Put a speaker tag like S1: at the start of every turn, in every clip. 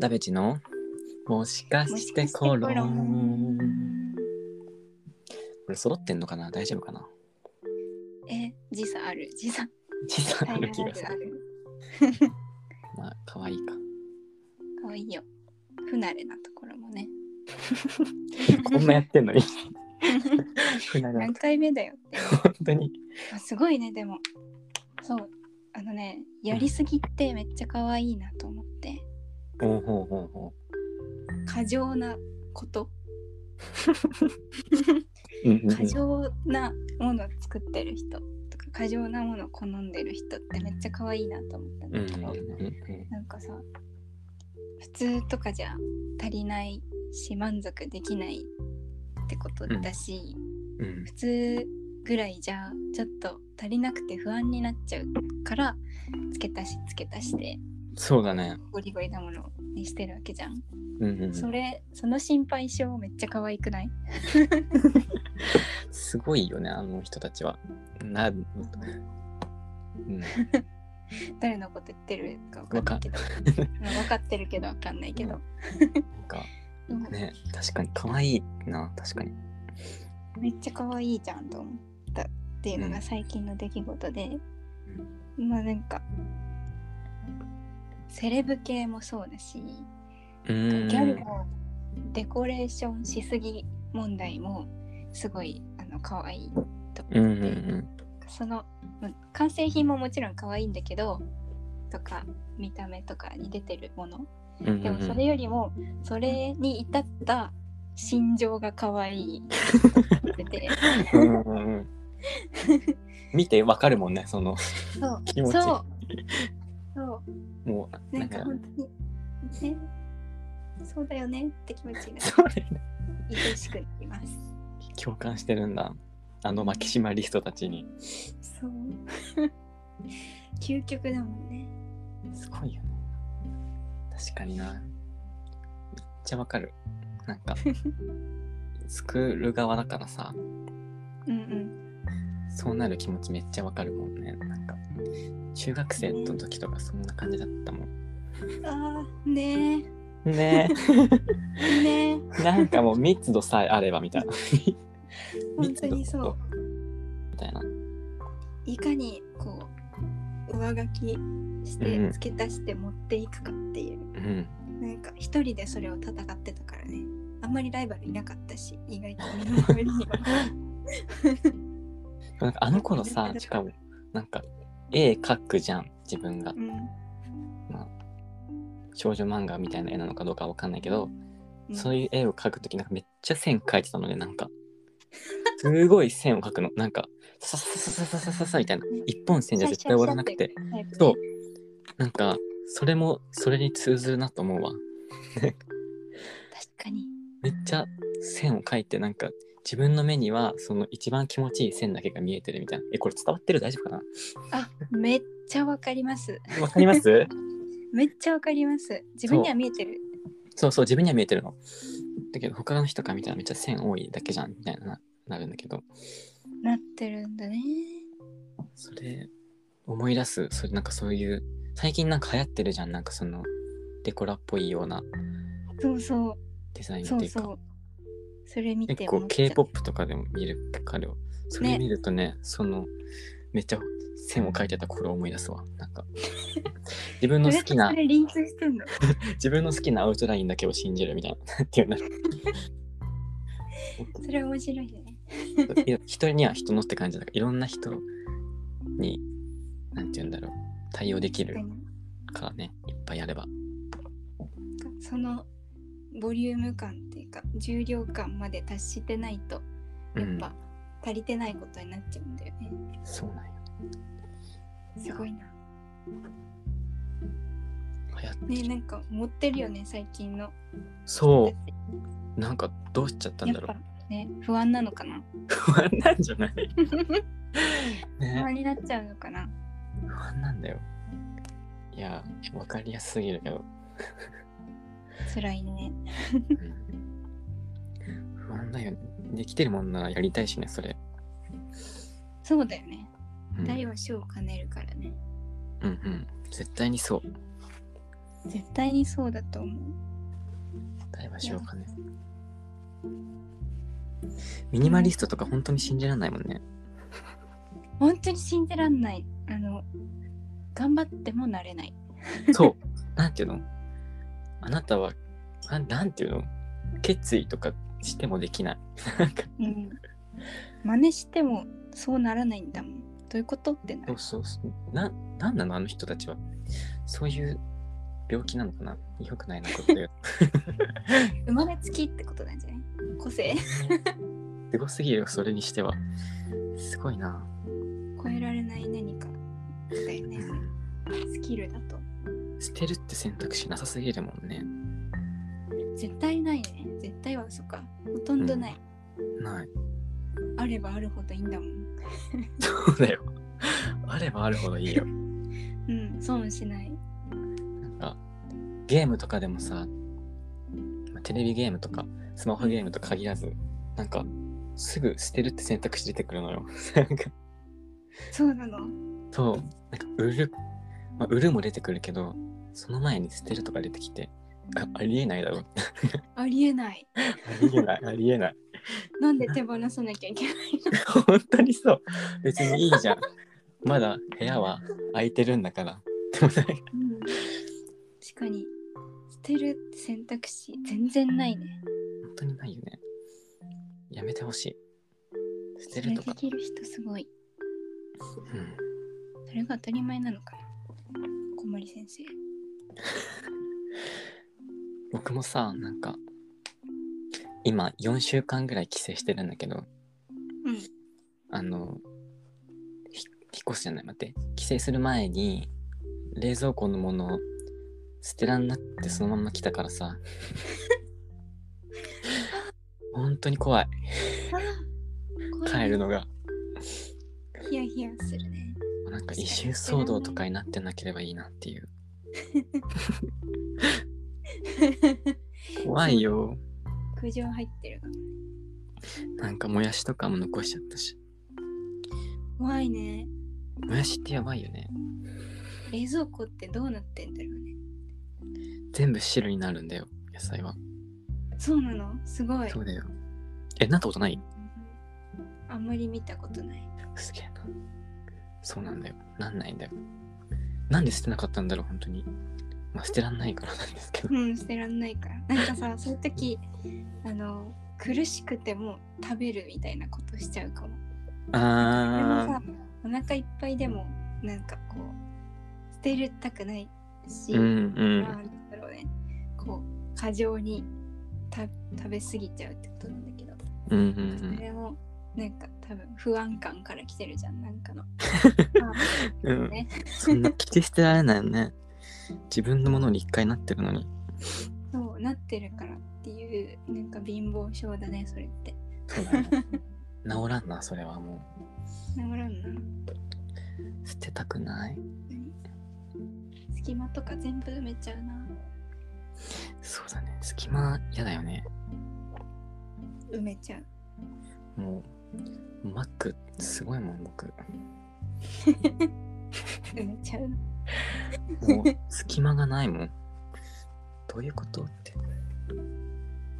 S1: ダベチのもしかしてコロン。これ揃ってんのかな大丈夫かな
S2: え、時差ある。時差。
S1: 時差あ
S2: タイム
S1: る
S2: ラ
S1: 気が
S2: グ
S1: す
S2: あ
S1: る。
S2: る。
S1: まあ、可愛いか。
S2: かわいいよ。不慣れなところもね。
S1: こんなやっ てんのに。ふなが
S2: 何回目だよ って。
S1: 本当に。
S2: あすごいね、でも。そう。あのね、やりすぎってめっちゃ可愛いなと思って。
S1: ほうほうほうほ
S2: 過剰なこと。
S1: う。うんうんうん
S2: 過剰なものを作ってる人とか、過剰なものを好んでる人ってめっちゃ可愛いなと思ったん
S1: う
S2: だ
S1: ん
S2: け
S1: うん
S2: ど。
S1: うん
S2: なんかさ普通とかじゃ足りないし満足できないってことだし、
S1: うん
S2: 普通ぐらいじゃちょっと足りなくて不安になっちゃうから付け足し付け足して
S1: そうだね。
S2: ゴリゴリなものにしてるわけじゃん、
S1: うんうん
S2: それその心配性めっちゃ可愛くない
S1: すごいよね、あの人たちは。な、うん。
S2: 誰のこと言ってるか分かんないけど分かってるけど分かんないけど、
S1: なんか、
S2: うん
S1: ね、確かに可愛いな、確かに。
S2: めっちゃ可愛いじゃんと思ったっていうのが最近の出来事で、まあなんかセレブ系もそうだし、
S1: うーん。
S2: ギャルもデコレーションしすぎ問題もすごいあの可愛いと思って、
S1: うんうんうん。
S2: そのま完成品ももちろん可愛いんだけどとか見た目とかに出てるもの
S1: うんうん
S2: でもそれよりもそれに至った心情が可愛 いと思ってて。
S1: うんうんうん見てわかるもんねその
S2: そう
S1: 気持ち
S2: そうそ
S1: も
S2: う
S1: う
S2: な
S1: なん
S2: ん
S1: か
S2: か本当にねそうだよねって気持ちが
S1: そうだよね
S2: 愛しくなります
S1: 共感してるんだあのマキシマリストたちに
S2: そう 究極だもんね
S1: すごいよね確かになめっちゃわかるなん か作る側だからさ
S2: うん
S1: そうなる気持ちめっちゃわかるもんねなんか中学生の時とかそんな感じだったもん
S2: うんあーね
S1: ね
S2: えね
S1: え なんかもう密度さえあればみ たいな
S2: え本当にそう
S1: みたいない
S2: かにこう上書きして
S1: うん
S2: 付け足して持っていくかっていう、
S1: うん
S2: なんか一人でそれを戦ってたからねあんまりライバルいなかったし意 外と身の回りには
S1: なんかあの頃さ、しかも、なんか、絵描くじゃん、自分が
S2: う。ん
S1: 少女漫画みたいな絵なのかどうかわかんないけど、
S2: うん
S1: そういう絵を描くとき、なんかめっちゃ線描いてたのね、なんか。すごい線を描くの。なんか、ささささささささみたいな。一本線じゃ絶対終わらなくて。
S2: タイプね。
S1: そう。なんか、それも、それに通ずるなと思うわ。
S2: 確かに。
S1: めっちゃ線を描いて、なんか、自分の目には、その一番気持ちいい線だけが見えてるみたいな。え、これ伝わってる大丈夫か
S2: あ、めっちゃわかります。
S1: なわかります
S2: めっちゃわかります。自分には見えてる。
S1: そうそう、自分には見えてるの。だけど、他の人から見たらめっちゃ線多いだけじゃんみたいなななるんだけど、
S2: なってるんだね。
S1: それ、思い出す、それなんかそういう、最近なんか流行ってるじゃん、なんかその、デコラっぽいような
S2: そうそ
S1: デザイン
S2: う。
S1: って
S2: そ
S1: いううか、
S2: そう。それ見て
S1: 結構
S2: 思っちゃう
S1: K-POP とかでも見る彼は、それ
S2: ね
S1: 見るとね、その、めっちゃ線を描いてた頃を思い出すわ。なんか、自分の好きな
S2: それ、とそれリンクしてんの。
S1: 自分の好きなアウトラインだけを信じるみたいな、なん ていうの
S2: それ面白いね。
S1: いや人には人のって感じだからいろんな人になんて言うんだろう対応できるからねいっぱいやれば
S2: そのボリューム感っていうか重量感まで達してないと
S1: う
S2: やっ
S1: ん
S2: ぱ足りてないことになっちゃうんだよね。
S1: そうなんよ
S2: すごいな。
S1: 流行っ
S2: ねなんか持ってるよね最近の。
S1: そうなんかどうしちゃったん
S2: や
S1: だ
S2: っ
S1: ろ
S2: ぱ
S1: う
S2: ね不安なのかな。
S1: 不安なんじゃない
S2: 不
S1: ね
S2: 安になっちゃうのかな。
S1: 不安なんだよいやわかりやすすぎるけど、
S2: 辛いね。
S1: うん不安だよねできてるもんならやりたいしねそれ、
S2: そうだよね。
S1: うん、
S2: 誰は死を兼ねるからね。
S1: うんうん絶対にそう
S2: 絶対にそうだと思う
S1: 答えましょうかね。ミニマリストとか本当に信じられないもんね。
S2: 本当に信じらんないあの頑張ってもなれない
S1: そう。なんていうのあなたは、なんなんていうの決意とかしてもできない。なんか
S2: うん真似してもそうならないんだもんどういうことってな
S1: そ
S2: る
S1: うそうそう。な、なんなのあの人たちは。そういう病気なのかな良くないな、これ。
S2: 生まれつきってことなんじゃない個性
S1: すごすぎるよ、それにしては。すごいな。
S2: 超えられない何かだよね
S1: うん
S2: スキルだと
S1: 捨てるって選択肢なさすぎるもんね。
S2: 絶対ないね絶対は嘘かほとんどない、
S1: ない。
S2: あればあるほどいいんだもん
S1: そうだよ。あればあるほどいいよ。
S2: うん損しない
S1: なんか、ゲームとかでもさ、まあテレビゲームとか、スマホゲームと限らず、なんか、すぐ捨てるって選択肢出てくるのよ。なんか、
S2: そうなの
S1: そう、なんか、売る、まあ、売るも出てくるけど、その前に捨てるとか出てきて、あありえないだろ。
S2: ありえない
S1: ありえない、ありえない。
S2: なんで手放さなきゃいけない
S1: 本当にそう。別にいいじゃん。まだ部屋は空いてるんだから。でもなんか
S2: うん確かに捨てるって選択肢全然ないね
S1: 本当にないよね。やめてほしい。捨て
S2: そ
S1: る
S2: れ
S1: と
S2: で
S1: か。
S2: きる人すごい
S1: うん
S2: それが当たり前なのかな小森先生
S1: 僕もさなんか今4週間ぐらい帰省してるんだけど
S2: うん
S1: あのひ引っ越すじゃない待って帰省する前に冷蔵庫のものを捨てらんなってそのまま来たからさ本当に怖い帰るのが
S2: ヒヤヒヤするね
S1: なんか異臭騒動とかになってなければいいなっていう怖いよ
S2: 苦情入ってるが
S1: なんかもやしとかも残しちゃったし
S2: 怖いね
S1: もやしってやばいよね
S2: 冷蔵庫ってどうなってんだろうね
S1: 全部汁になるんだよ野菜は
S2: そうなのすごい
S1: そうだよ。え、なったことない
S2: あんまり見たことない
S1: すげえな。そうなんだよ。なんないんだよ。なんで捨てなかったんだろう、本当に。まあ、捨てらんないからなんですけど。
S2: うん捨てらんないからなんかさそういう時あの苦しくても食べるみたいなことしちゃうかもでも
S1: あ
S2: さお腹いっぱいでもなんかこう捨てるたくないし、
S1: ー。うんう
S2: まあな
S1: ん。
S2: んだろうねこう過剰にた食べ過ぎちゃうってことなんだけど、
S1: うんうんう
S2: そ
S1: ん
S2: れもなんか多分不安感から来てるじゃんなん かのまあ
S1: うん
S2: ね。
S1: そんな着て捨てられないよね。自分のものに一回なってるのに。
S2: そうなってるからっていうなんか貧乏症だねそれって
S1: そうだね。治らんな、それはも
S2: 治らんな
S1: う。捨てたくない。
S2: 隙間とか全部埋めちゃうな
S1: そうだね。隙間嫌だよね。
S2: 埋めちゃう
S1: もう、マックすごいもん、僕。
S2: 埋めちゃう
S1: もう隙間がないもん。どういうことって。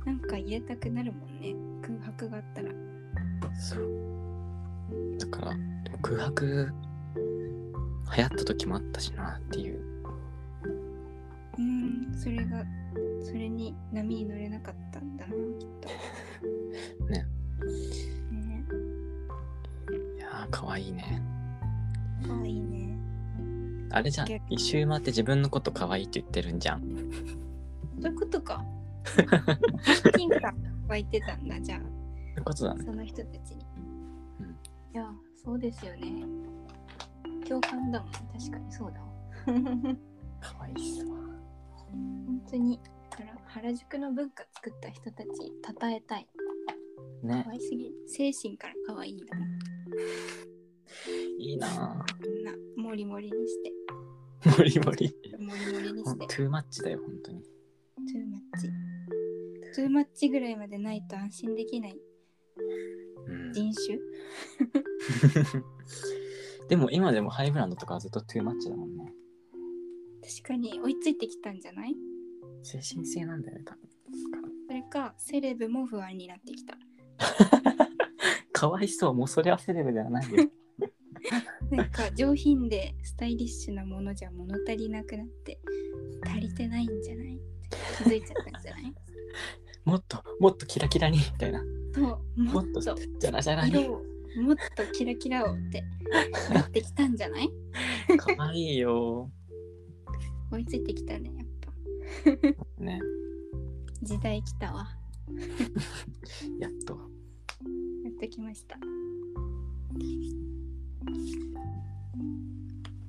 S2: なんか入れたくなるもんね空白があったら
S1: そう。だから、でも空白、流行った時もあったしなっていう。
S2: うんそれがそれに波に乗れなかったんだなきっと
S1: ね
S2: ね
S1: いやー、かわいいね。
S2: かわいいね
S1: あれじゃん
S2: 逆、
S1: 一周回って自分のことかわいいって言ってるんじゃん。
S2: そういうことか金が湧いてたんだじゃあ
S1: そういうことだね。
S2: その人たちに、
S1: うん
S2: いやそうですよね共感だもん確かにそうだわ
S1: かわいいっすわ。
S2: 本当にだから原宿の文化作った人たち称えたい
S1: ね
S2: 可。愛すぎ精神から可愛いんだもん
S1: いいな
S2: こんなモリモリにして
S1: ー。もりもり。
S2: モリモリに
S1: ほ
S2: し
S1: ん
S2: て
S1: トゥーマッチだよ、本当に。
S2: トゥーマッチトゥーマッチぐらいまでないと安心できない
S1: うん、
S2: 人種
S1: でも今でもハイブランドとかはずっとトゥーマッチだもんね。
S2: 確かに追いついてきたんじゃない
S1: 精神性なんだよね、多分。
S2: それかセレブも不安になってきた
S1: かわいそう、もうそれはセレブではないよ。
S2: なんか上品でスタイリッシュなものじゃ物足りなくなって足りてないんじゃないって気づいちゃったんじゃ ない
S1: もっと、もっとキラキラに、み たいな。
S2: そうも
S1: も
S2: っ
S1: っと、じ
S2: と
S1: ゃらじゃら
S2: 色
S1: に。
S2: をもっとキラキラをってなってきたんじゃない
S1: かわいいよ。
S2: 追いついてきたねやっぱ
S1: ね、
S2: 時代来たわ
S1: やっと。
S2: やってきました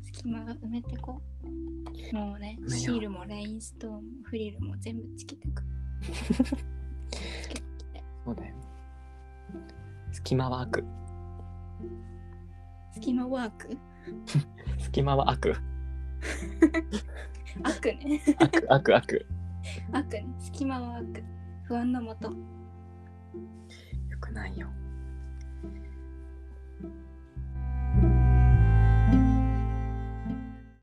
S2: 隙間が埋めてこうもうね
S1: 埋め
S2: シ
S1: よう
S2: ールもラインストーンもフリルも全部つけてくつけて
S1: そうだよ。隙間は悪。
S2: 隙間ワーク
S1: 隙間は悪。
S2: 悪ね
S1: 悪、悪、悪。
S2: 悪ね隙間は悪不安のもと
S1: よくないよ。